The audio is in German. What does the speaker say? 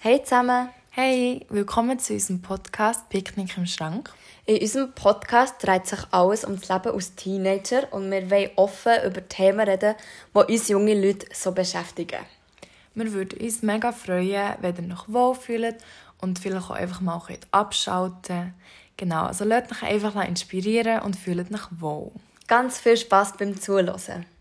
Hey zusammen! Hey, willkommen zu unserem Podcast Picknick im Schrank. In unserem Podcast dreht sich alles um das Leben als Teenager und wir wollen offen über Themen reden, die uns junge Leute so beschäftigen. Wir würden uns mega freuen, wenn ihr euch wohlfühlt und vielleicht auch einfach mal ein bisschen abschalten Genau, also lasst euch einfach inspirieren und fühlt euch wohl. Ganz viel Spaß beim Zuhören!